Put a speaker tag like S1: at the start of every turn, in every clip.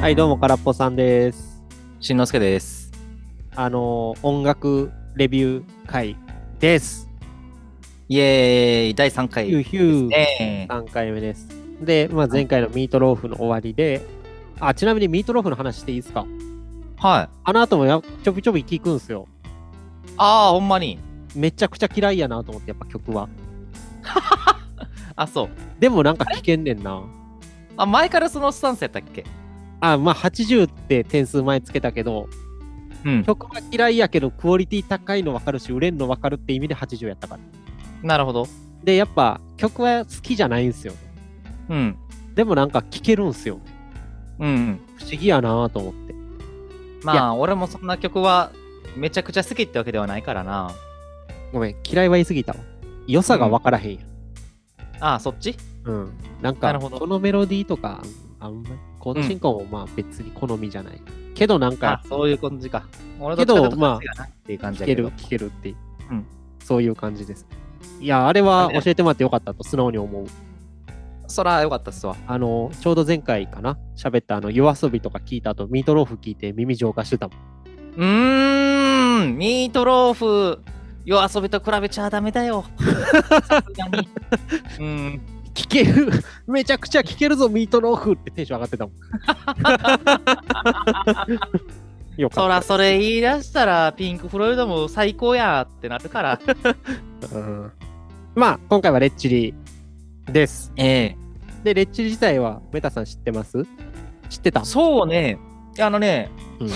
S1: はい、どうも、からっぽさんです。
S2: しんのすけです。
S1: あのー、音楽レビュー会です。
S2: イエーイ第3
S1: ヒュー
S2: 回。
S1: ヒュー、
S2: ねえ
S1: 3回目です。で、まあ、前回のミートローフの終わりで、あ、ちなみにミートローフの話していいですか
S2: はい。
S1: あの後もやちょびちょび聞くんすよ。
S2: ああ、ほんまに。
S1: めちゃくちゃ嫌いやなと思って、やっぱ曲は。
S2: あ、そう。
S1: でもなんか聞けんねんな。
S2: あ、前からそのスタンスやったっけ
S1: あ、まあ、80って点数前つけたけど、
S2: うん。
S1: 曲は嫌いやけど、クオリティ高いの分かるし、売れんの分かるって意味で80やったから。
S2: なるほど。
S1: で、やっぱ曲は好きじゃないんすよ。
S2: うん。
S1: でもなんか聞けるんすよ。
S2: うん。
S1: 不思議やなぁと思って。い
S2: ま
S1: や
S2: あ、俺もそんな曲はめちゃくちゃ好きってわけではないからな。
S1: ごめん、嫌いは言い過ぎたわ。良さが分からへんやん。
S2: ああ、そっち
S1: うん。なん
S2: な
S1: か、
S2: るほど
S1: このメロディーとか、あんまり、コード進行もまあ別に好みじゃない。けどなん
S2: あ
S1: か、
S2: そういう感じか。俺
S1: け
S2: ど
S1: ど
S2: っちかと
S1: まあ
S2: こっちがなっていう感じ
S1: 聞
S2: や
S1: け
S2: け
S1: る、
S2: ど。
S1: 聞けるっていう。
S2: うん
S1: そういう感じです。いや、あれは
S2: あれ
S1: 教えてもらってよかったと素直に思う。
S2: そら、よかったっすわ。
S1: あの、ちょうど前回かな、喋ったあの、夜遊びとか聞いた後、ミートローフ聞いて耳浄化してたもん。
S2: うーん、ミートローフ、夜遊びと比べちゃダメだ よ。さすがに。うん。
S1: 聞ける めちゃくちゃ聞けるぞ、ミートローフってテンション上がってた もん。よか
S2: そ
S1: っ
S2: らそれ言い出したらピンク・フロイドも最高やってなるから
S1: た。うんまあ、今回はレッチリです。
S2: ええ
S1: で、レッチリ自体は、メタさん知ってます知ってた
S2: そうねいやあのね、
S1: うん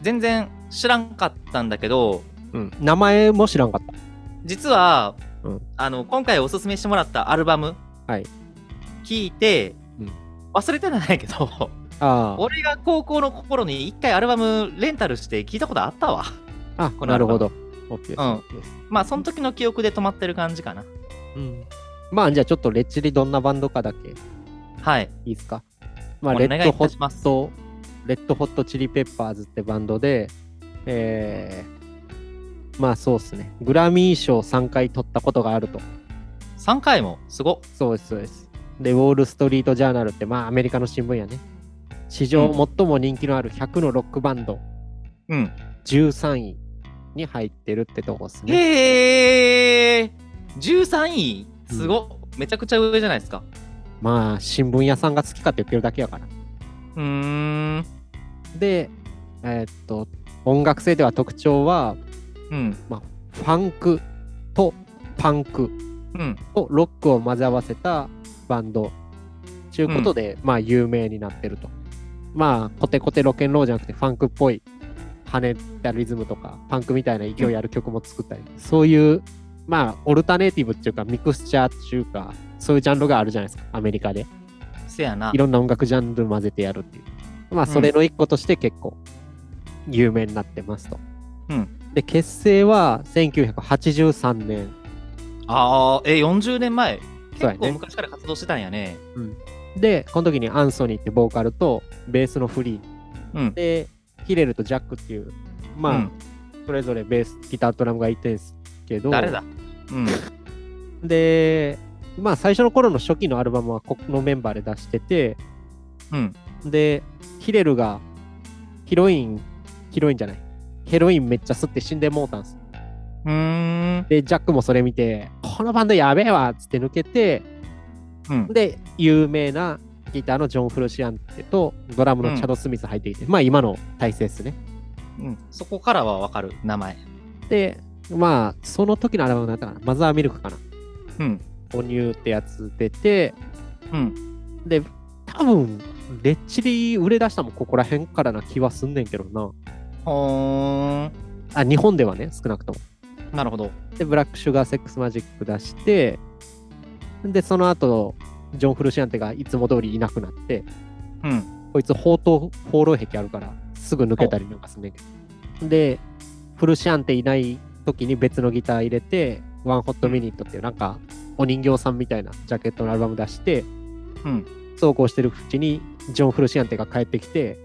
S2: 全然知らんかったんだけど
S1: うん。名前も知らんかった。
S2: 実は、
S1: うん
S2: あの今回おすすめしてもらったアルバム
S1: はい
S2: 聞いて、
S1: うん
S2: 忘れてないんだけど
S1: あ
S2: 俺が高校の頃に一回アルバムレンタルして聞いたことあったわ
S1: あ。あ、
S2: この
S1: なるほど。オッケーです。
S2: うん
S1: オッケーです
S2: まあその時の記憶で止まってる感じかな
S1: うん。まあ、じゃあちょっとレッチリどんなバンドかだけい
S2: はい
S1: いですか。まあ、
S2: お
S1: レ
S2: 願い
S1: ッドホ
S2: いたしま
S1: ット、レッドホットチリペッパーズってバンドで、えー、まあそうですね。グラミー賞3回取ったことがあると。
S2: 3回もすごっ
S1: そうです、そうです。で、ウォール・ストリート・ジャーナルって、まあアメリカの新聞やね。史上最も人気のある100のロックバンド、
S2: うん
S1: 13位に入ってるってとこですね。
S2: へえ13位すごっ、めちゃくちゃ上じゃないですか
S1: まあ、新聞屋さんが好きかって言ってるだけやから。
S2: うーん
S1: で、えーっと、音楽性では特徴は、
S2: うん
S1: ファンクとパンク
S2: うん
S1: とロックを混ぜ合わせたバンド。ちゅうことで、まあ、有名になってると。まあ、コテコテロケンローじゃなくて、ファンクっぽい、跳ねたリズムとか、パンクみたいな勢いある曲も作ったり、そういう、まあ、オルタネイティブっていうか、ミクスチャーっていうか、そういうジャンルがあるじゃないですか、アメリカで。
S2: せやない
S1: ろんな音楽ジャンル混ぜてやるっていう。まあ、それの一個として結構有名になってますと。
S2: うん
S1: で、結成は1983年。
S2: あーえ40年前
S1: そう
S2: 結
S1: やね
S2: 構昔から活動してたんやね
S1: で、この時にアンソニーってボーカルとベースのフリ
S2: うん
S1: ー。で、ヒレルとジャックっていう、まあ、
S2: うん
S1: それぞれベース、ギター、ドラムがいてんすけど。
S2: 誰だうん
S1: で、まあ、最初の頃の初期のアルバムはこのメンバーで出してて、
S2: うん
S1: で、ヒレルがヒロイン、ヒロインじゃない。ヘロインめっちゃ吸って死んでもうたんす。
S2: うーん
S1: で、ジャックもそれ見て、このバンドやべえわっつって抜けて、
S2: うん
S1: で、有名なギターのジョン・フルシアンテとドラムのチャド・スミス入ってきて、まあ今の体制ですね。
S2: うんそこからはわかる名前
S1: で、まあその時のアルバムだったかな、マザーミルクかな、
S2: うん
S1: 母乳ってやつ出て、
S2: うん
S1: で、多分レッチリ売れ出したのもここら辺からな気はすんねんけどな。
S2: ほーん
S1: あ、日本ではね、少なくとも。
S2: なるほど
S1: で、ブラックシュガーセックスマジック出して、で、その後、ジョン・フルシアンテがいつも通りいなくなって、
S2: うん
S1: こいつ放蕩放浪癖あるからすぐ抜けたりなんかすんねんけどでフルシアンテいない時に別のギター入れてワンホットミニットっていうなんかお人形さんみたいなジャケットのアルバム出して
S2: うん
S1: そうこうしてるうちにジョン・フルシアンテが帰ってきて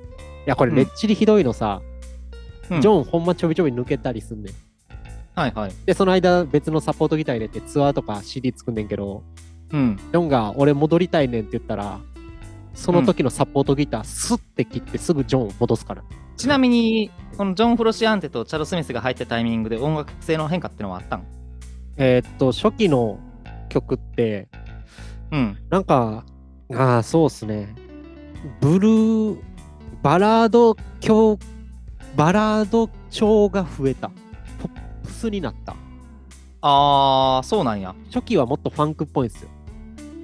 S1: いやこれ
S2: うん
S1: レッチリひどいのさ、
S2: うん
S1: ジョンほんまちょびちょび抜けたりすんねん
S2: はいはい
S1: でその間別のサポートギター入れてツアーとか CD 作んねんけど
S2: うん
S1: ジョンが俺戻りたいねんって言ったらその時のサポートギタースッて切ってすぐジョンを戻すから
S2: ちなみに、このジョン・フロシアンテとチャール・スミスが入ったタイミングで音楽性の変化ってのはあったの
S1: えーっと初期の曲って
S2: うん。
S1: なんかああそうっすねブルーバラード調バラード調が増えたポップスになった
S2: あー、そうなんや。
S1: 初期はもっとファンクっぽいんですよ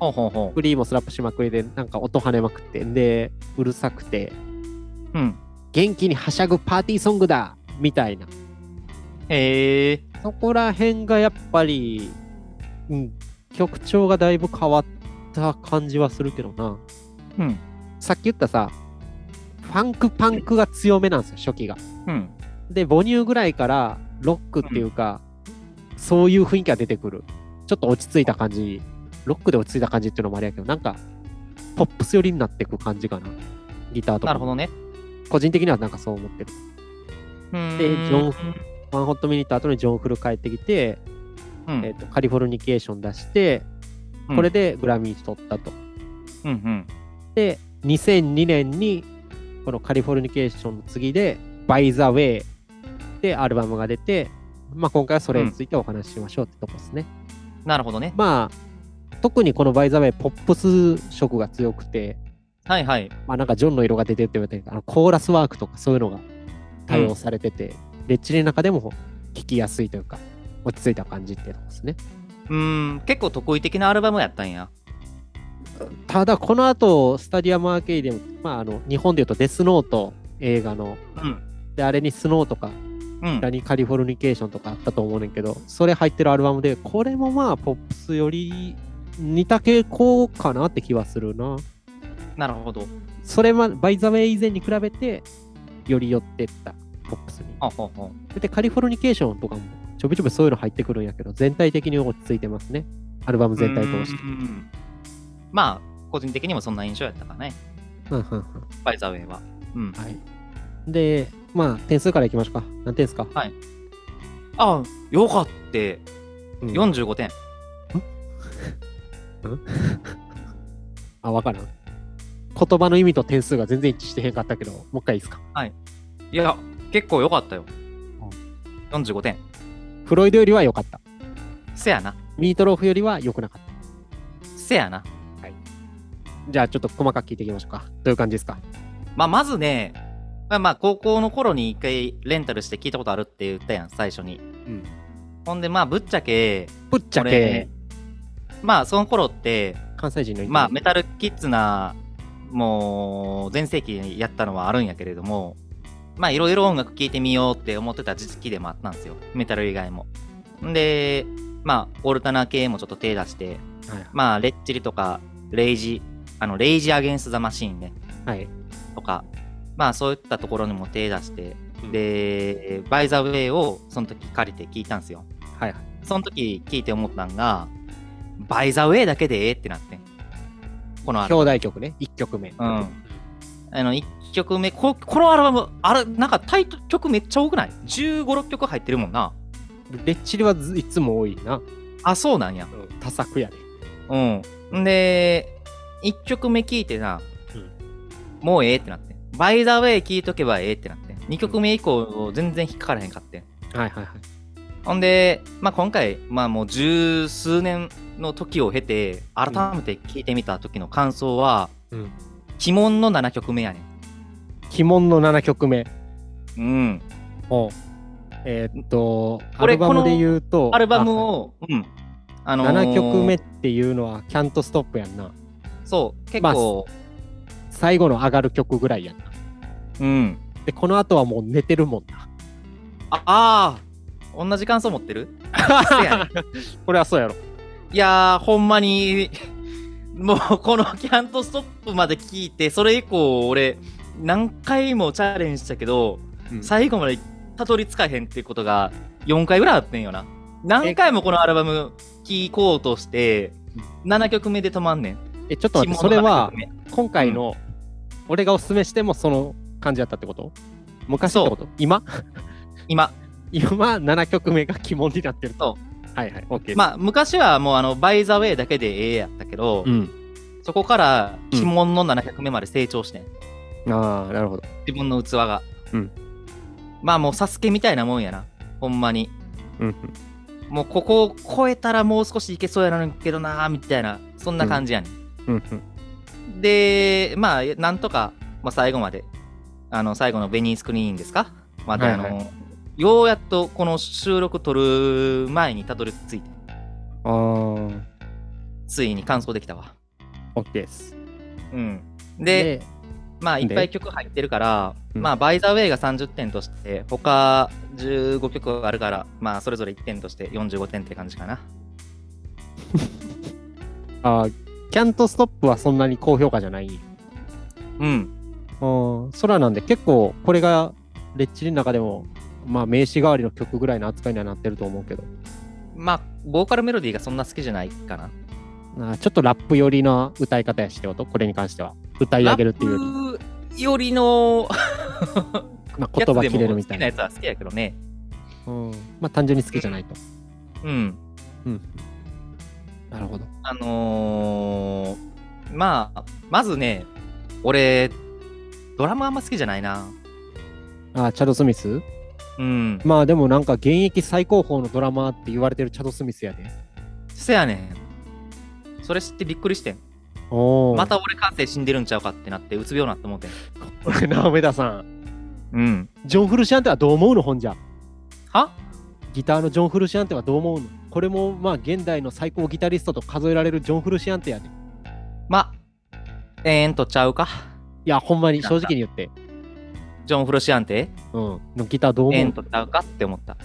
S2: ほうほうほ
S1: フリーもスラップしまくりでなんか音跳ねまくってでうるさくて
S2: う。うん。
S1: 元気にはしゃぐパーティーソングだみたいな
S2: へえ。
S1: そこら辺がやっぱり、うん、曲調がだいぶ変わった感じはするけどな
S2: うん。
S1: さっき言ったさファンクパンクが強めなんですよ初期が
S2: うん。
S1: で母乳ぐらいからロックっていうか、そういう雰囲気が出てくるちょっと落ち着いた感じロックで落ち着いた感じっていうのもあれやけどなんかポップス寄りになってく感じかなギターとかも
S2: なるほどね。
S1: 個人的にはなんかそう思ってる
S2: うーん。
S1: でジョンワンホットミニット後にジョン・フル帰ってきて、
S2: うん
S1: えっとカリフォルニケーション出して
S2: うん
S1: これでグラミー取ったと、
S2: うんうん。
S1: で2002年にこのカリフォルニケーションの次で「バイ・ザ・ウェイ」でアルバムが出て、まあ、今回はそれについてお話ししましょうってとこですね、
S2: なるほどね。
S1: まあ特にこの「バイ・ザ・ウェイ」ポップス色が強くて
S2: はいはい。
S1: まあなんかジョンの色が出てるって言われてるけどあのコーラスワークとかそういうのが対応されてて、レッチリの中でも聴きやすいというか落ち着いた感じっていうとこですね
S2: うーん。結構得意的なアルバムやったんや。
S1: ただこの後スタディアムアーケイディアム、まあ、あの日本でいうとデスノート映画の
S2: うん。
S1: であれにスノーとか
S2: うん
S1: ラ。にカリフォルニケーションとかあったと思うねんけどそれ入ってるアルバムでこれもまあポップスより似た傾向かなって気はするな
S2: なるほど。
S1: それはバイザウェイ以前に比べてより寄ってったポップスに
S2: あほうほ
S1: でカリフォルニケーションとかもちょびちょびそういうの入ってくるんやけど全体的に落ち着いてますねアルバム
S2: う。
S1: 全体通して
S2: うーんまあ、個人的にもそんな印象やったかね。
S1: うんうんうん
S2: バイザーウェイは。うん。
S1: はい。で、まあ、点数からいきましょうか。何点ですか
S2: あ、よかって。
S1: うん
S2: 45点。
S1: あ、わからん。言葉の意味と点数が全然一致してへんかったけど、もう一回いいですか。
S2: いや、結構良かったよ。45点。
S1: フロイドよりは良かった。
S2: せやな。
S1: ミートローフよりは良くなかった。
S2: せやな。
S1: じゃあ、ちょっと細かく聞いていきましょうか。どういう感じですか
S2: まあ、まずね、まあ、まあ高校の頃に一回レンタルして聞いたことあるって言ったやん、最初に。
S1: うん
S2: ほんで、まあ、ぶっちゃけ、
S1: ぶっちゃ
S2: こ
S1: け、
S2: れまあ、その頃って、
S1: 関西人の意見
S2: まあ、メタルキッズな、もう、全盛期やったのはあるんやけれども、まあ、いろいろ音楽聴いてみようって思ってた時期でもあったんですよ。メタル以外も。んで、まあ、オルタナ系もちょっと手出して、
S1: はい
S2: まあ、レッチリとか、レイジ、あの、レイジアゲンスザマシーンね、
S1: はい。
S2: とか、まあ、そういったところにも手出して、
S1: うん
S2: で、バイザウェイをその時借りて聞いたんですよ。
S1: はいはい。
S2: その時聞いて思ったんが、バイザウェイだけでええってなってんこのア
S1: 兄
S2: ル
S1: 弟曲ね、1曲目。
S2: バム。うん。あの、1曲目、ここのアルバム、あれ、なんかタイトル曲めっちゃ多くない ?15、6曲入ってるもんな。
S1: レッチリはずいつも多いな。
S2: あ、そうなんや。
S1: 多作やで。
S2: うん。んで、1曲目聞いてな、
S1: うん
S2: もうええってなってん。バイザウェイ聞いとけばええってなってん。2曲目以降、全然引っかからへんかってん。
S1: はいはいはい。
S2: ほんで、まあ、今回、まあ、もう十数年の時を経て、改めて聞いてみた時の感想は、
S1: うん
S2: 鬼門の7曲目やね
S1: 鬼門の7曲目。
S2: ん。うん。
S1: おうえーっと、ア
S2: 俺
S1: ルバムで言うと、
S2: アルバム
S1: あ
S2: を、うん。あのー
S1: 7曲目っていうのは「キャントストップやんな
S2: そう、結構、
S1: 最後の上がる曲ぐらいやんな
S2: うん。
S1: でこの後はもう寝てるもんな
S2: あ、あー同じ感想持ってるせやねん
S1: これはそうやろ
S2: いやー、ほんまに、 もうこのキャントストップまで聞いて、それ以降、俺、何回もチャレンジしたけど、最後までたどり着かへんっていうことが4回ぐらいあってんよな何回もこのアルバム聴こうとして7曲目で止まんねん
S1: えちょっと待ってそ
S2: 鬼
S1: れ
S2: 門の
S1: は
S2: 7曲
S1: 今回の俺がおすすめしてもその感じだったってこと昔ってこと今
S2: 目今
S1: 今7曲目が鬼門になってると
S2: そ
S1: はいはい OK
S2: まあ昔はもうあの「バイ・ザ・ウェイ」だけでええやったけど、
S1: うん
S2: そこから鬼門の700目まで成長してん、
S1: ああ、なるほど。
S2: 自分の器が、
S1: うん
S2: まあもうサスケみたいなもんやなほんまに
S1: うんうん。
S2: もうここを超えたらもう少しいけそうやなのけどなーみたいなそんな感じやね、
S1: うんうん。
S2: ん、でまあなんとか、まあ、最後まであの最後のベニースクリーンですかまであの、
S1: はい
S2: ようやっとこの収録撮る前にたどり着いて
S1: ああ、
S2: ついに完走できたわ
S1: OK です。
S2: うんで、まあいっぱい曲入ってるから、
S1: うん
S2: まあバイザーウェイが30点として、他15曲あるから、まあそれぞれ1点として45点って感じかな。
S1: ああ、キャントストップはそんなに高評価じゃない。
S2: うん。
S1: うん、空なんで結構これがレッチリの中でも、まあ名詞代わりの曲ぐらいの扱いにはなってると思うけど、
S2: まあ、ボーカルメロディーがそんな好きじゃないかな。
S1: あーちょっとラップ寄りの歌い方やしてよと、これに関しては。歌い上げるっていうより、
S2: ラップよりの
S1: まあ、言葉切れるみたいな。
S2: やつでも好きなやつは好きやけどね。
S1: うん、まあ単純に好きじゃないと。
S2: うん。
S1: うん。なるほど。
S2: あのー、まあ、まずね、俺、ドラムあんま好きじゃないな。
S1: あーチャド・スミス
S2: うん。
S1: まあでもなんか現役最高峰のドラマーって言われてるチャド・スミスやで。
S2: せやねん。それ知ってびっくりしてん。
S1: おお。
S2: また俺感性死んでるんちゃうかってなってうつ病なって思ってん
S1: これな、上田さん。
S2: うん
S1: ジョン・フルシアンテはどう思うのほんじゃ。
S2: は
S1: ギターのジョン・フルシアンテはどう思うのこれもまあ現代の最高ギタリストと数えられるジョン・フルシアンテやで。い
S2: まええんとちゃうか
S1: や、ほんまに正直に言って。
S2: ジョン・フロシアンテ
S1: うん。のギターどう
S2: ええ
S1: 思うん
S2: とちゃうかって思った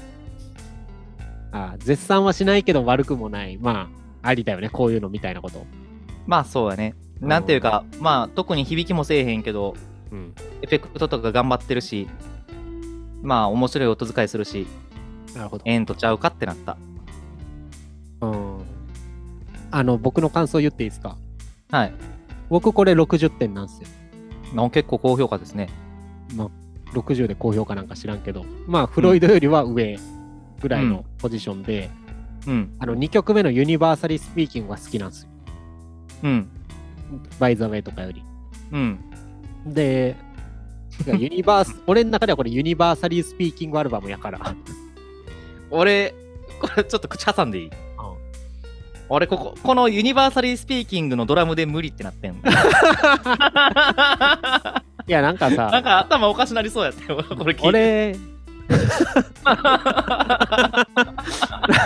S1: ああ絶賛はしないけど悪くもない。まあ、ありだよね。こういうのみたいなこと。
S2: まあそうやねなんていうかまあ特に響きもせえへんけど
S1: うん。
S2: エフェクトとか頑張ってるしまあ面白い音遣いするし
S1: なるほど。
S2: ええんとちゃうかってなった
S1: うん。あの、僕の感想言っていいですか
S2: はい
S1: 僕これ60点なんですよ。
S2: まあ結構高評価ですね
S1: 60で高評価なんか知らんけど、まあ、フロイドよりは上ぐらいのポジションで、
S2: うん
S1: あの2曲目のユニバーサリースピーキングは好きなんですよ。
S2: うん
S1: バイザウェイとかより。
S2: うん
S1: で、てかユニバー ス、俺の中ではこれユニバーサリースピーキングアルバムやから。
S2: 俺これちょっと口挟んでいい
S1: うん
S2: 俺こここのユニバーサリースピーキングのドラムで無理ってなって ん
S1: いや、なんか
S2: なん
S1: さ、
S2: か頭おかしなりそうやって、俺これ聞いて。
S1: 俺、な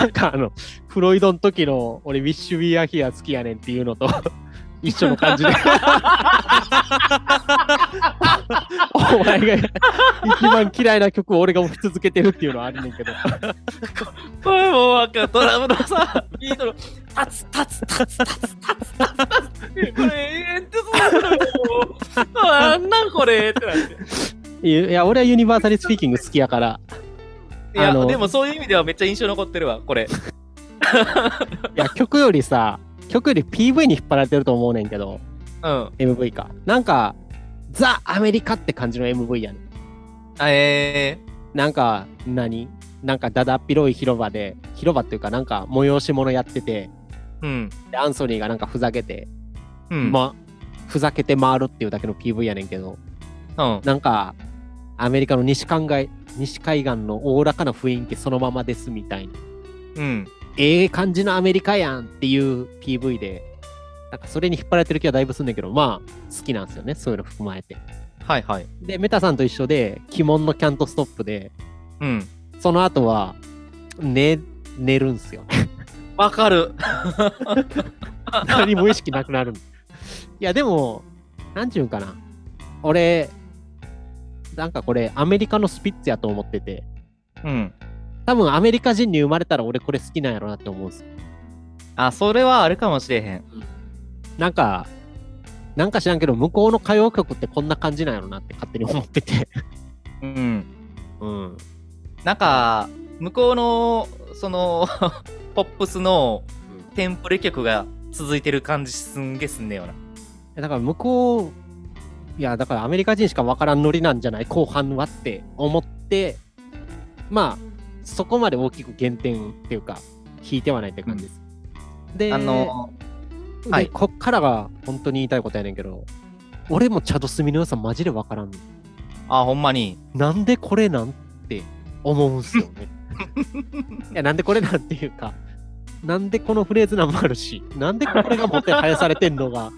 S1: んかあの、フロイドの時の俺、ウィッシュ・ウィア・ヒア好きやねんっていうの と一緒の感じで。お前が一番嫌いな曲を俺が押し続けてるっていうのはあるねんけど。
S2: これもうなんかドラムのさ、ビートの、 タツタツタツタツタツタツタツって、これえってそうなのよ もうなんなんこれってなって。
S1: いやいや、俺はユニバーサリースピーキング好きやから、
S2: いや、
S1: あの
S2: でもそういう意味ではめっちゃ印象残ってるわ、こ
S1: い
S2: れ。
S1: や、曲よりさ、曲より PV に引っ張られてると思うねんけど、
S2: うん。
S1: MV か。なんか、ザ・アメリカって感じの MV やねん。
S2: え
S1: なんか、何なんか、だだっ広い広場で、広場っていうか、なんか、催し物やってて、
S2: ー、うん。
S1: でアンソニーがなんかふざけて、
S2: うん。
S1: ま、ふざけて回るっていうだけの PV やねんけど、
S2: うん。
S1: なんか、アメリカの西海岸、西海岸のおおらかな雰囲気そのままですみたいな。
S2: うん。
S1: ええ感じのアメリカやんっていう PV で、なんかそれに引っ張られてる気はだいぶすんだけど、まあ好きなんですよね、そういうの含まえて。
S2: はいはい。
S1: で、メタさんと一緒で、鬼門のキャントストップで、
S2: うん。
S1: その後は、寝、寝るんすよ。
S2: わかる。
S1: 何も意識なくなるの。いや、でも、なんちゅうんかな。俺、なんかこれ、アメリカのスピッツやと思ってて、
S2: うん。
S1: 多分アメリカ人に生まれたら俺これ好きなんやろなって思うんですよ
S2: あ、それはあるかもしれへん。
S1: なんか、なんか知らんけど、向こうの歌謡曲ってこんな感じなんやろなって勝手に思ってて。
S2: うん。
S1: うん。
S2: なんか向こうのその ポップスのテンプレ曲が続いてる感じすんげえすんねよな
S1: だから向こう、いや、だからアメリカ人しかわからんノリなんじゃない後半はって思って、まあ、そこまで大きく減点っていうか、引いてはないって感じです。で、
S2: あのはい
S1: でこっからが本当に言いたいことやねんけど俺もチャドスミの良さマジで分からん
S2: あほんまに
S1: なんでこれなんって思うんすよ ねいやなんでこれなんっていうかなんでこのフレーズなんもあるしなんでこれがもてはやされてんのが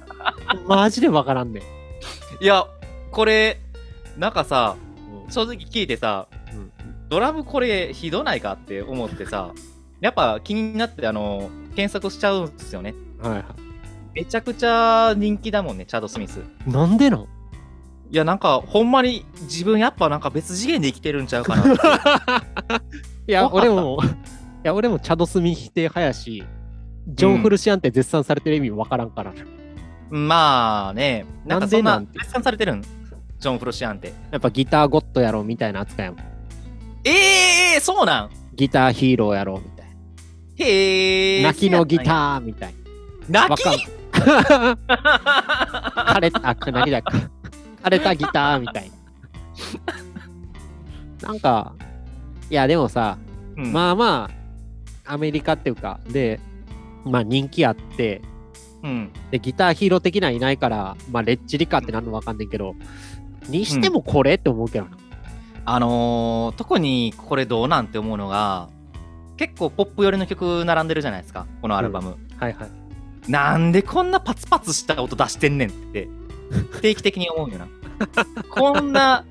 S1: マジで分からんねん
S2: いやこれなんかさ
S1: うん
S2: 正直聞いてさ
S1: うん
S2: ドラムこれひどないかって思ってさやっぱ気になってあの検索しちゃうんですよね
S1: はいは
S2: めちゃくちゃ人気だもんねチャード・スミス
S1: いなんでなん
S2: いやなんかほんまに自分やっぱなんか別次元で生きてるんちゃう かなって
S1: いや、
S2: 怖
S1: 俺
S2: かった
S1: も、いや、俺もチャドスミ否定派やし、ジョン・フルシアンって絶賛されてる意味わからんから、や
S2: まあねなんかそん
S1: な
S2: な
S1: で
S2: ん
S1: なんて
S2: 絶賛されてるんジョン・フロシアンって
S1: っぱギターゴッドやろみたいな扱いやもん。
S2: ええー、そうなん
S1: ギターヒーローやろみたい
S2: へえ
S1: な。泣きのギ
S2: ー
S1: ターみたいな。
S2: 泣
S1: わ
S2: き
S1: かん枯れた、あ、くなぎだか。枯れたギターみたいな。なんか、いや、でもさ、
S2: うん
S1: まあまあ、アメリカっていうか、で、まあ人気あって、
S2: うん
S1: でギターヒーロー的なんいないから、まあ、レッチリかってなるのわかんないけど、にしてもこれって思うけどな。
S2: あのー、特にこれどうなんて思うのが結構ポップ寄りの曲並んでるじゃないですかこのアルバム、
S1: はいはい。
S2: なんでこんなパツパツした音出してんねんって定期的に思うよなこんな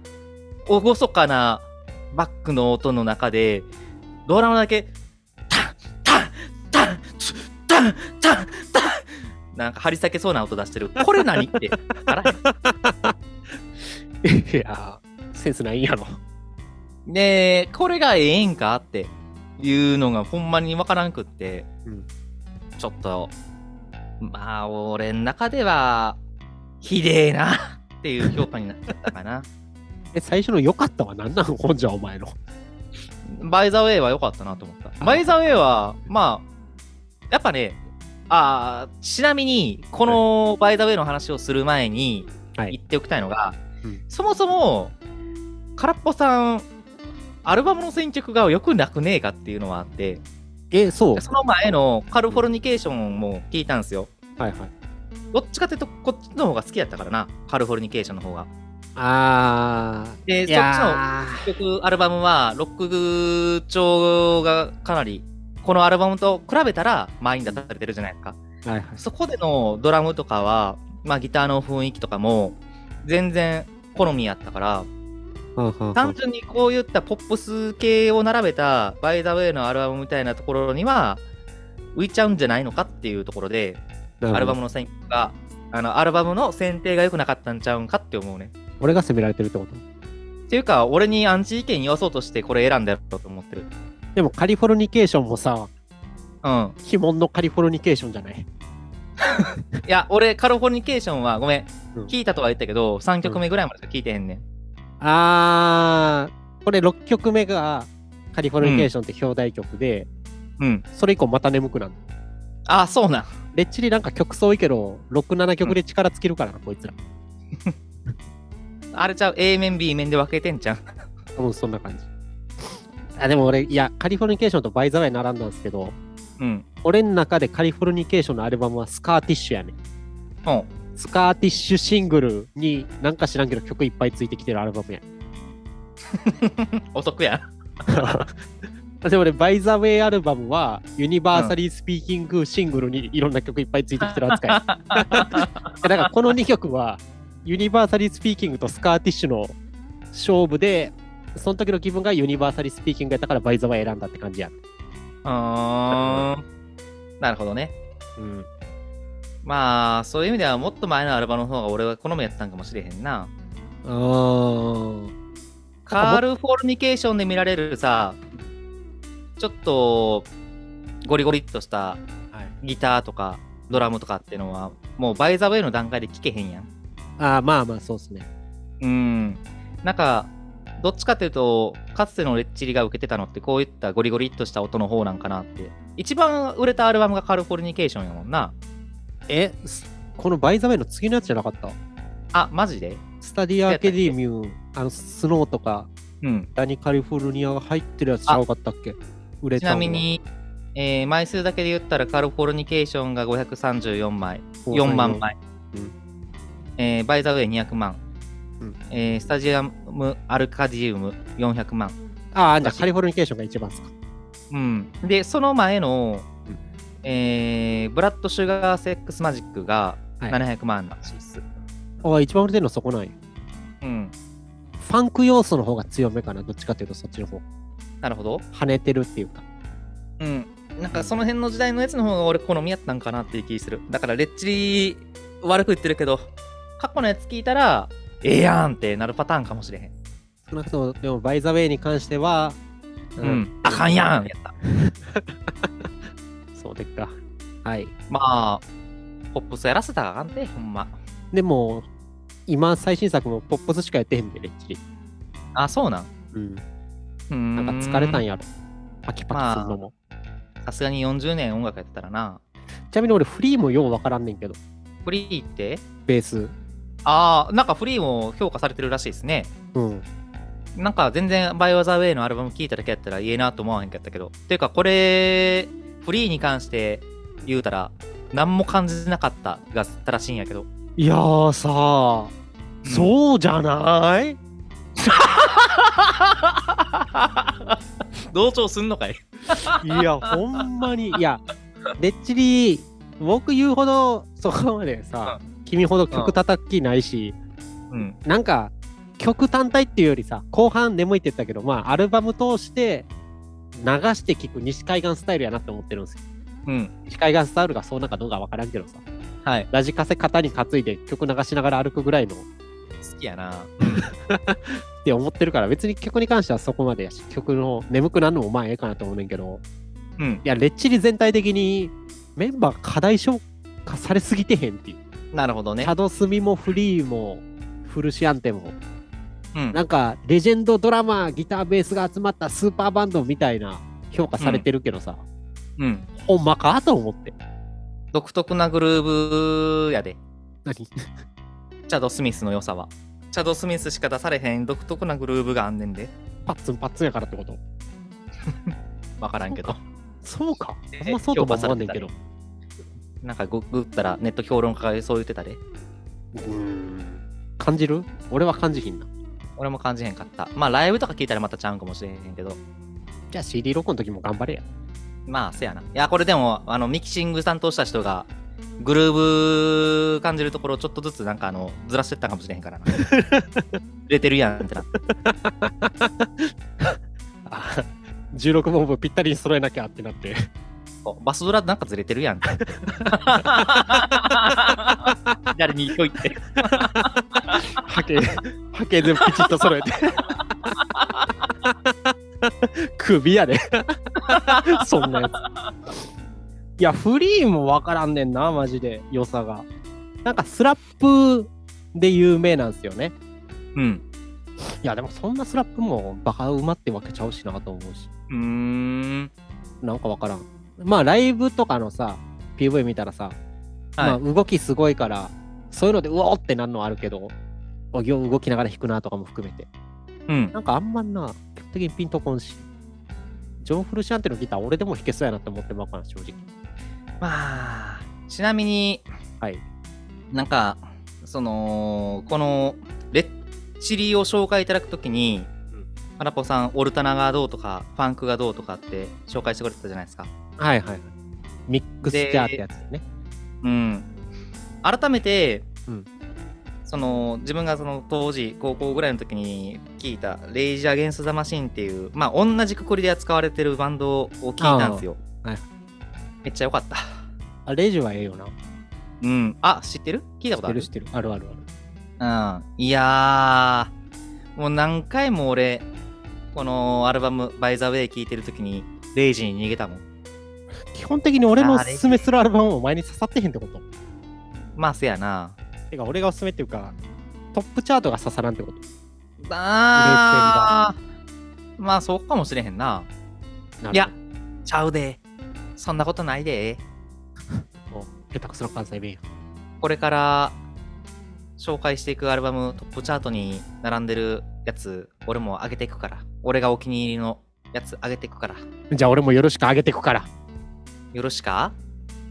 S2: 厳かなバックの音の中でドラムだけタンタンタンツタンタンタンなんか張り裂けそうな音出してるこれ何ってあらへ ん
S1: いやー、センスないんやろ。
S2: でこれがええんかっていうのがほんまにわからんくって、
S1: うん
S2: ちょっとまあ俺の中ではひでえな っていう評価になっちゃったかな
S1: え、最初の良かったは 何なの本じゃお前の。
S2: バイザーウェイは良かったなと思ったバイザーウェイはまあやっぱねあーちなみにこのバイザーウェイの話をする前に
S1: は
S2: 言っ。ておきたいのが、
S1: うん
S2: そもそも空っぽさんアルバムの選曲がよくなくねえかっていうのはあって
S1: え、そう
S2: で。その前のカルフォルニケーションも聞いたんですよ。
S1: はいはい。
S2: どっちかっていうと、こっちの方が好きやったからな、カルフォルニケーションの方が。
S1: あー。
S2: で、
S1: い
S2: そっちの
S1: や
S2: 曲、アルバムは、ロック調がかなり、このアルバムと比べたら、前に出されてるじゃないですか。
S1: ーはいはい。
S2: そこでのドラムとかは、まあ、ギターの雰囲気とかも、全然好みやったから、
S1: うんうんうん
S2: 単純にこういったポップス系を並べた、バイザウェイのアルバムみたいなところには、浮いちゃうんじゃないのかっていうところで、アルバム
S1: なるほど
S2: の選曲が、あの、アルバムの選定が良くなかったんちゃうんかって思うね。
S1: 俺が責められてるってこと
S2: っていうか、俺にアンチ意見言わそうとしてこれ選んだやろと思ってる。
S1: でもカリフォルニケーションもさ、
S2: うん。
S1: 鬼門のカリフォルニケーションじゃない。
S2: いや、俺、カルフォルニケーションは、ごめん
S1: うん、
S2: 聞いたとは言ったけど、3曲目ぐらいまでしか聞いてへんねん。
S1: あー、これ6曲目がカリフォルニケーションって表題曲で、
S2: うん。
S1: それ以降また眠くなる。
S2: ああ、そうなん。
S1: レッチリなんか曲そういけど、6、7曲で力尽きるからな、こいつら。
S2: あれちゃう、A 面、B 面で分けてんじゃん。
S1: 多分そんな感じ。あ、でも俺、いや、カリフォルニケーションとバイザーウェイ並んだんですけど、
S2: うん。
S1: 俺の中でカリフォルニケーションのアルバムはスカーティッシュやねん。
S2: うん。
S1: スカーティッシュシングルになんか知らんけど曲いっぱいついてきてるアルバムやねん。
S2: お得や。
S1: でも俺、バイザーウェイアルバムは、ユニバーサリースピーキングシングルにいろんな曲いっぱいついてきてる扱い。だからこの2曲はユニバーサリースピーキングとスカーティッシュの勝負でその時の気分がユニバーサリースピーキングやったからバイザーは選んだって感じや、
S2: うーん。なるほどね。
S1: うん、
S2: まあ、そういう意味では、もっと前のアルバムの方が俺は好みやったんかもしれへんな。
S1: あー
S2: カールフォルニケーションで見られるさ、ちょっとゴリゴリっとした
S1: はい、
S2: ギターとかドラムとかっていうのは、もうバイザーウェイの段階で聴けへんやん。
S1: あーまあまあそうっすね
S2: うん。なんか、どっちかっていうと、かつてのレッチリが受けてたのって、こういったゴリゴリっとした音の方なんかなって。一番売れたアルバムがカールフォルニケーションやもんな。
S1: えすこのバイザーウェイの次のやつじゃなかった
S2: あ、マジで
S1: スタディアアケデミューあのスノーとか
S2: うん。
S1: ダニカリフォルニアが入ってるやつちゃうかったっけ売れ
S2: ち
S1: たん
S2: な
S1: は
S2: みに、えー枚数だけで言ったらカルフォルニケーションが534枚4万枚、
S1: うん
S2: えーバイザウェイ200万、
S1: うん
S2: えースタジアムアルカディウム400万、
S1: ああ、じゃあカリフォルニケーションが一番っすか。
S2: うん、でその前の、
S1: うん
S2: えーブラッド・シュガー・セックス・マジックが
S1: はい
S2: 700万らしいです、
S1: ああ、一番売れてるのそこない。
S2: うん、
S1: ファンク要素の方が強めかな。どっちかというとそっちの方。
S2: なるほど、
S1: 跳ねてるっていうか。
S2: うん、なんかその辺の時代のやつの方が俺好みやったんかなっていう気するだからレッチリ悪く言ってるけど過去のやつ聞いたらええやんってなるパターンかもしれへん
S1: 少なくとも、でも、バイザウェイに関しては、
S2: うん、あかんやんやった
S1: そうでっか。はい。
S2: まあポップスやらせたらあかんてほんま
S1: でも、今、最新作もポップスしかやってへんで、レッチリ。
S2: あそうなん
S1: うん。
S2: うん
S1: なんか疲れたんやろ。パキパキするのも。
S2: さすがに40年音楽やってたらな
S1: ちなみに俺、フリーもようわからんねんけど、
S2: フリーって
S1: ベース。
S2: ああなんかフリーも評価されてるらしいですね
S1: うん。
S2: なんか全然バイオザウェイのアルバム聴いただけやったらいいなと思わへんかったけどていうかこれフリーに関して言うたら何も感じなかったが正しいんやけど
S1: いやーさあ、そうじゃない
S2: 同調すんのかい
S1: いや、ほんまに。いや、レッチリ、僕言うほど、そこまでさ、君ほど曲叩きないし、
S2: うん
S1: なんか、曲単体っていうよりさ、後半眠いって言ったけど、まあ、アルバム通して、流して聴く西海岸スタイルやなって思ってるんですよ。
S2: うん
S1: 西海岸スタイルがそうなんかどうかわからんけどさ、
S2: はい
S1: ラジカセ肩に担いで曲流しながら歩くぐらいのっ
S2: 好きやな
S1: て思ってるから、別に曲に関してはそこまでやし、曲の眠くなるのもまあええかなと思うねんけど、
S2: うん
S1: いや、レッチリ全体的にメンバー課題消化されすぎてへんっていう。
S2: なるほどね
S1: シャドスミもフリーも、フルシアンテも、
S2: うん
S1: なんかレジェンドドラマー、ギター、ベースが集まったスーパーバンドみたいな評価されてるけどさ、
S2: うん
S1: ほんまかと思って。
S2: 独特なグルーブやで
S1: 何
S2: チャド・スミスの良さはチャド・スミスしか出されへん独特なグルーブがあんねんで
S1: パッツンパッツンやからってこと
S2: 分からんけど
S1: そうか。
S2: え
S1: あんまそうとも思わんねんけど。
S2: なんかググったらネット評論家がそう言ってたで
S1: うーん感じる俺は感じひんな。
S2: 俺も感じへんかったまあライブとか聞いたらまたちゃうんかもしれへんけど
S1: じゃあ CD 録音の時も頑張れや。
S2: まあせやないやこれでもあのミキシング担当した人がグルーブ感じるところをちょっとずつなんかあのずらしてったかもしれへんからな入れてるやんってな
S1: あ16本分ぴったりに揃えなきゃってなって。
S2: おバスドラなんかずれてるや んって左に行いって
S1: 波形、波形全部ピチッと揃えて。首やで。そんなや
S3: いや、フリーもわからんねんな、マジで、良さが。
S1: つ。なんかスラップで有名なんですよね。
S2: うん
S1: いや、でもそんなスラップもバカ馬ってわけちゃうしなと思うし。
S2: うーん
S1: なんかわからん。まあライブとかのさ、PV 見たらさ、
S2: はい
S1: まあ動きすごいから、そういうのでうおーってなるのはあるけど、およう動きながら弾くなとかも含めて。
S2: うん
S1: なんかあんまんな、基本的にピンとこんし。ジョン・フルシャンテのギター、俺でも弾けそうやなって思ってまうから、正直。
S2: まあちなみに
S1: はい。
S2: なんかそのこのレッチリを紹介いただくときに、
S1: うん
S2: ハラポさんオルタナがどうとかファンクがどうとかって紹介してくれてたじゃないですか
S1: はいはいはい。ミックスチャーってやつですね。
S2: うん改めて、
S1: うん
S2: その自分がその当時高校ぐらいの時に聞いた「レイジ・アゲンスト・ザ・マシン」っていうまあ同じくくりで扱われてるバンドを聞いたんですよ、
S1: あーはい
S2: めっちゃ良かった
S1: あレジはええよな。
S2: うんあ知ってる聞いた
S1: 知っ
S2: こと
S1: て
S2: ある
S1: る知ってる。あるあるある。
S2: うん、いやーもう何回も俺このアルバム「バイ・ザ・ウェイ」聴いてる時にレイジに逃げたもん
S1: 基本的に俺のおすすめするアルバムも前に刺さってへんってこと。
S2: まあせやな
S1: てか、俺がおすすめっていうか、トップチャートが刺さらんってこと。
S2: あーまあそうかもしれへんな
S1: なるほど
S2: いやちゃうでそんなことないで
S1: もう下手くその関西弁や。
S2: これから紹介していくアルバムトップチャートに並んでるやつ俺も上げていくから俺がお気に入りのやつ上げていくから
S1: じゃあ俺もよろしくあげてくから。
S2: よろしか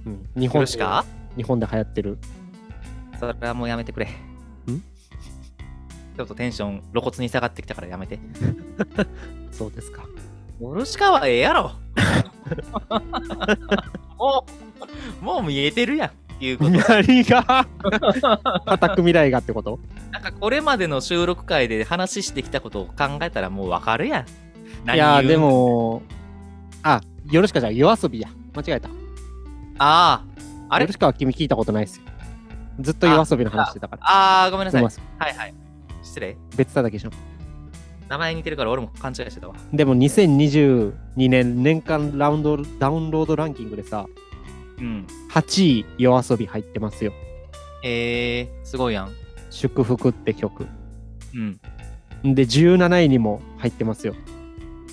S1: うん、日
S2: よ
S1: 本
S2: ろしか
S1: 日本で流行ってる。
S2: それはもうやめてくれ。んちょっとテンション露骨に下がってきたからやめて。
S1: そうですか。
S2: よろしかはええやろ もう、もう見えてるやん。っていうこと。
S1: 何が 固く未来がってこと
S2: なんかこれまでの収録会で話してきたことを考えたらもうわかるやん。
S1: いやー
S2: 言
S1: で
S2: う
S1: も、あ、よろしかじゃあ夜遊びや。間違えた。
S2: ああ、あれ
S1: よろしかは君聞いたことないっすよ。ずっと夜遊びの話してたから。
S2: ああ、ごめんなさい。
S1: ごめん
S2: は
S1: なさ
S2: いはい。失礼。
S1: 別ただけじゃん。
S2: 名前似てるから俺も勘違いしてたわ。
S1: でも2022年年間ラウンドダウンロードランキングでさ、
S2: うん。
S1: 8位夜遊び入ってますよ。
S2: ええー、すごいやん。
S1: 祝福って曲。
S2: うん。
S1: で、17位にも入ってますよ。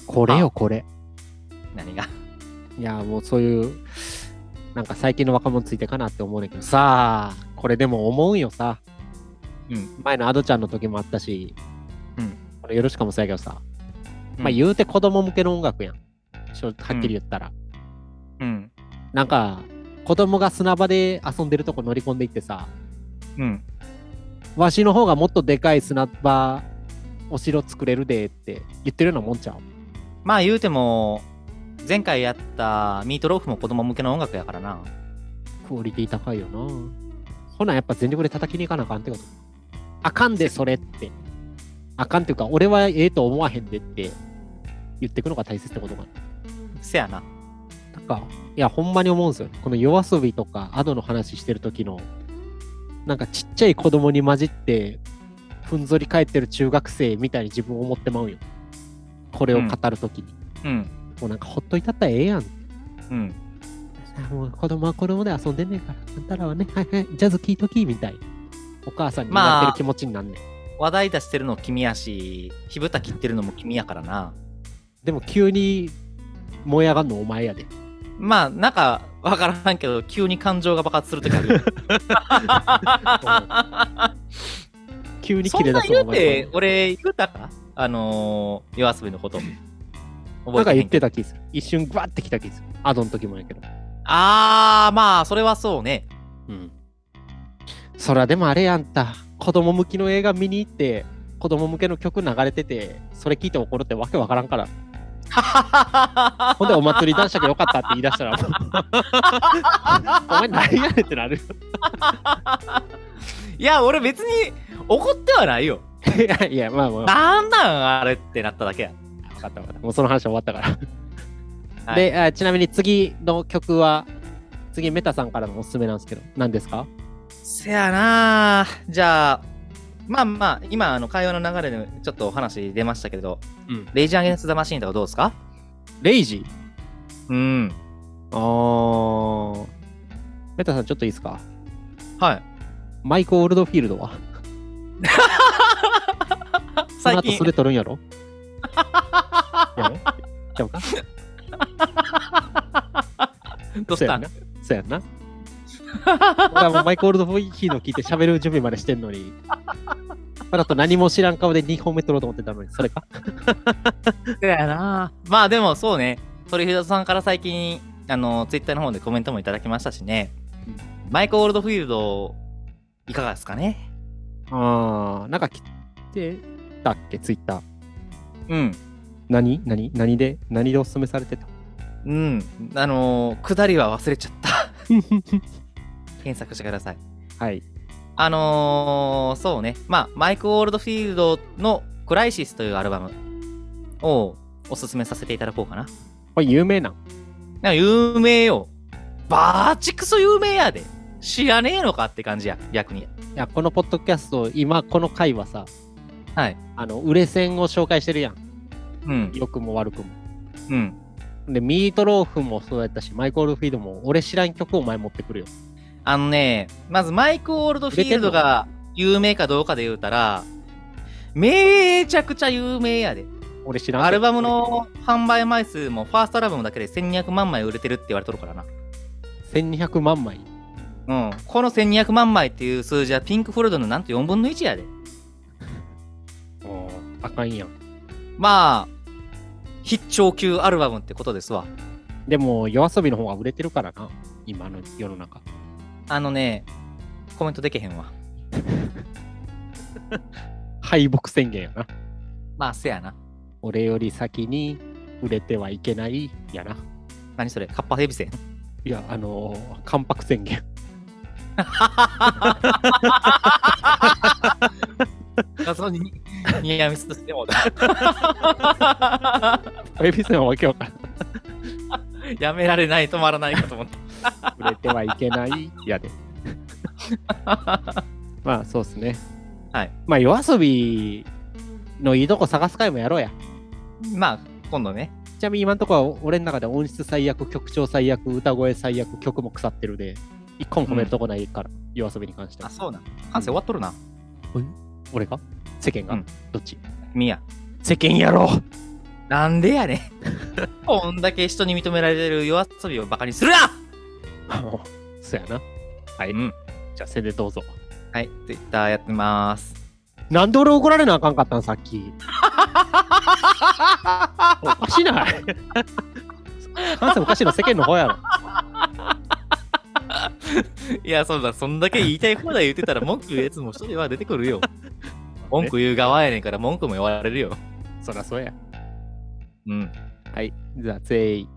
S1: これよ、これ。
S2: 何が。
S1: いや、もうそういう、なんか最近の若者ついてかなって思うねんだけどさ、これでも思うんよさ。
S2: うん。
S1: 前のアドちゃんの時もあったし、
S2: うん
S1: これよろしかもそうやけどさ、ま
S2: う
S1: あ
S2: ん
S1: 言うて子供向けの音楽やん。しょはっきり言ったら。
S2: うん。
S1: なんか、子供が砂場で遊んでるとこ乗り込んでいってさ、
S2: うん。
S1: わしの方がもっとでかい砂場、お城作れるでって言ってるようなもんちゃう。
S2: まあ言うても、前回やったミートローフも子供向けの音楽やからな。
S1: クオリティ高いよな。ほな、やっぱ全力で叩きに行かなあかんってこと。あかんで、それって。あかんっていうか、俺はええと思わへんでって言ってくのが大切ってことかな。
S2: せやな。
S1: なんか、いや、ほんまに思うんですよね。この夜遊びとか、アドの話してる時の、なんかちっちゃい子供に混じって、ふんぞり返ってる中学生みたいに自分を思ってまうんよ。これを語る時に。
S2: うん。
S1: もうなんかほっといたったらええやん。
S2: うん。
S1: もう子供は子供で遊んでんねえから、あんたらはね、はいはい、ジャズ聴いとき、みたいな。お母さんに言われてる気持ちになんねん。
S2: 話題出してるの君やし、火蓋切ってるのも君やからな。
S1: でも急に燃え上がるのお前やで。
S2: まあ、なんか、わからんけど、急に感情が爆発するとき あるよ。
S1: 急に
S2: そ
S1: 切
S2: ん
S1: れ出
S2: な
S1: す
S2: 言
S1: のお
S2: う
S1: 前
S2: て、俺言うたかあのー、夜遊びのこと。
S1: な
S2: 覚
S1: んか
S2: えて
S1: 言
S2: へ
S1: っ
S2: ん
S1: て
S2: けど。
S1: た気する。一瞬グワってきた気する。アドの時もやけど。
S2: あー、まあ、それはそうね。
S1: うん。そらでもあれやんた。子供向きの映画見に行って、子供向けの曲流れてて、それ聞いて怒るってわけわからんから。ほんでお祭り男爵よかったって言い出したら、 お前何やねんってなる。
S2: いや、俺別に怒ってはないよ。
S1: いやいや、まあ まあ。
S2: なんなんあれってなっただけや。
S1: 分かった分かった。もうその話終わったから。
S2: はい
S1: であ、ちなみに次の曲は、次メタさんからのおすすめなんですけど、何ですか
S2: せやなあじゃあ、まあまあ、今、あの会話の流れでちょっとお話出ましたけれど、
S1: うん
S2: レイジアゲンスザマシーンとかどうですか
S1: レイジ
S2: うん。
S1: あー。メタさんちょっといいですか
S2: はい。
S1: マイク・オールドフィールドはその
S2: 最
S1: 後
S2: 近
S1: そ、れ取るんやろやろちゃうか
S2: どうしたん
S1: そうやんな。俺はもうマイク・オールドフィールド聞いて喋る準備までしてんのに。まだと何も知らん顔で2本目取ろうと思ってたのに、それか
S2: せやなあまあでもそうね、鳥平さんから最近、あの、ツイッターの方でコメントもいただきましたしね、マイク・オールドフィールド、いかがですかね
S1: あー、なんか来てたっけ、ツイッター。
S2: うん。
S1: 何何何で何でおすすめされ てた
S2: うん。あのー、下りは忘れちゃった。検索してください。
S1: はい。
S2: あのー、そうね、まあ、マイク・オールドフィールドの「クライシス」というアルバムをおすすめさせていただこうかな。
S1: これ有名なん
S2: なんか有名よ。バーチクソ有名やで。知らねえのかって感じや、逆に。
S1: いや、このポッドキャスト、今この回はさ、
S2: はい。
S1: あの、売れ線を紹介してるやん。
S2: うん。
S1: 良くも悪くも。
S2: うん。
S1: で、ミートローフもそうやったし、マイコールドフィールドも、俺知らん曲を前持ってくるよ。
S2: あのね、まずマイク・オールドフィールドが有名かどうかで言うたら、めちゃくちゃ有名やで。
S1: 俺知らん。
S2: アルバムの販売枚数もファーストアルバムだけで1200万枚売れてるって言われとるからな。
S1: 1200万枚。
S2: うん、この1200万枚っていう数字はピンク・フロイドのなんと4分の1やで。
S1: あかんやん。
S2: まあ、必聴級アルバムってことですわ。
S1: でも、夜遊びの方が売れてるからな、今の世の中。
S2: あのね、コメントできへんわ。
S1: 敗北宣言やな。
S2: まあ、せやな。
S1: 俺より先に売れてはいけないやな。
S2: 何それ、カッパヘビセン。
S1: いや、あのー、関白宣言。
S2: 画像にニヤミスとしてもだ。
S1: エビスのわけわからん。
S2: やめられない、止まらないかと思って。
S1: 売れてはいけないや で。まあ、そうっすね。
S2: はい。
S1: まあ、夜遊びのいいとこ探す会もやろうや。
S2: まあ、今度ね。
S1: ちなみに今のところは俺の中で音質最悪、曲調最悪、歌声最悪、曲も腐ってるで、一個も褒めるとこないから、夜遊びに関しては
S2: あ、。そうなん。反省終わっとるな。
S1: 俺か世間が、
S2: うん
S1: どっち
S2: ミヤ。
S1: 世間やろう
S2: なんでやねん。こんだけ人に認められてる夜遊びをバカにするな
S1: そうやな。はい。
S2: うん。
S1: じゃあ、せでどうぞ。
S2: はい、Twitter やってます。
S1: なんで俺怒られなあかんかったんさっき。 おかしない。 関西おかしいの世間の方やろ。
S2: いや、そうだ、そんだけ言いたい放題言ってたら文句言うやつも一人は出てくるよ。文句言う側やねんから文句も言われるよ。
S1: そりゃそうや。
S2: うん。
S1: はい。じゃあ、全員。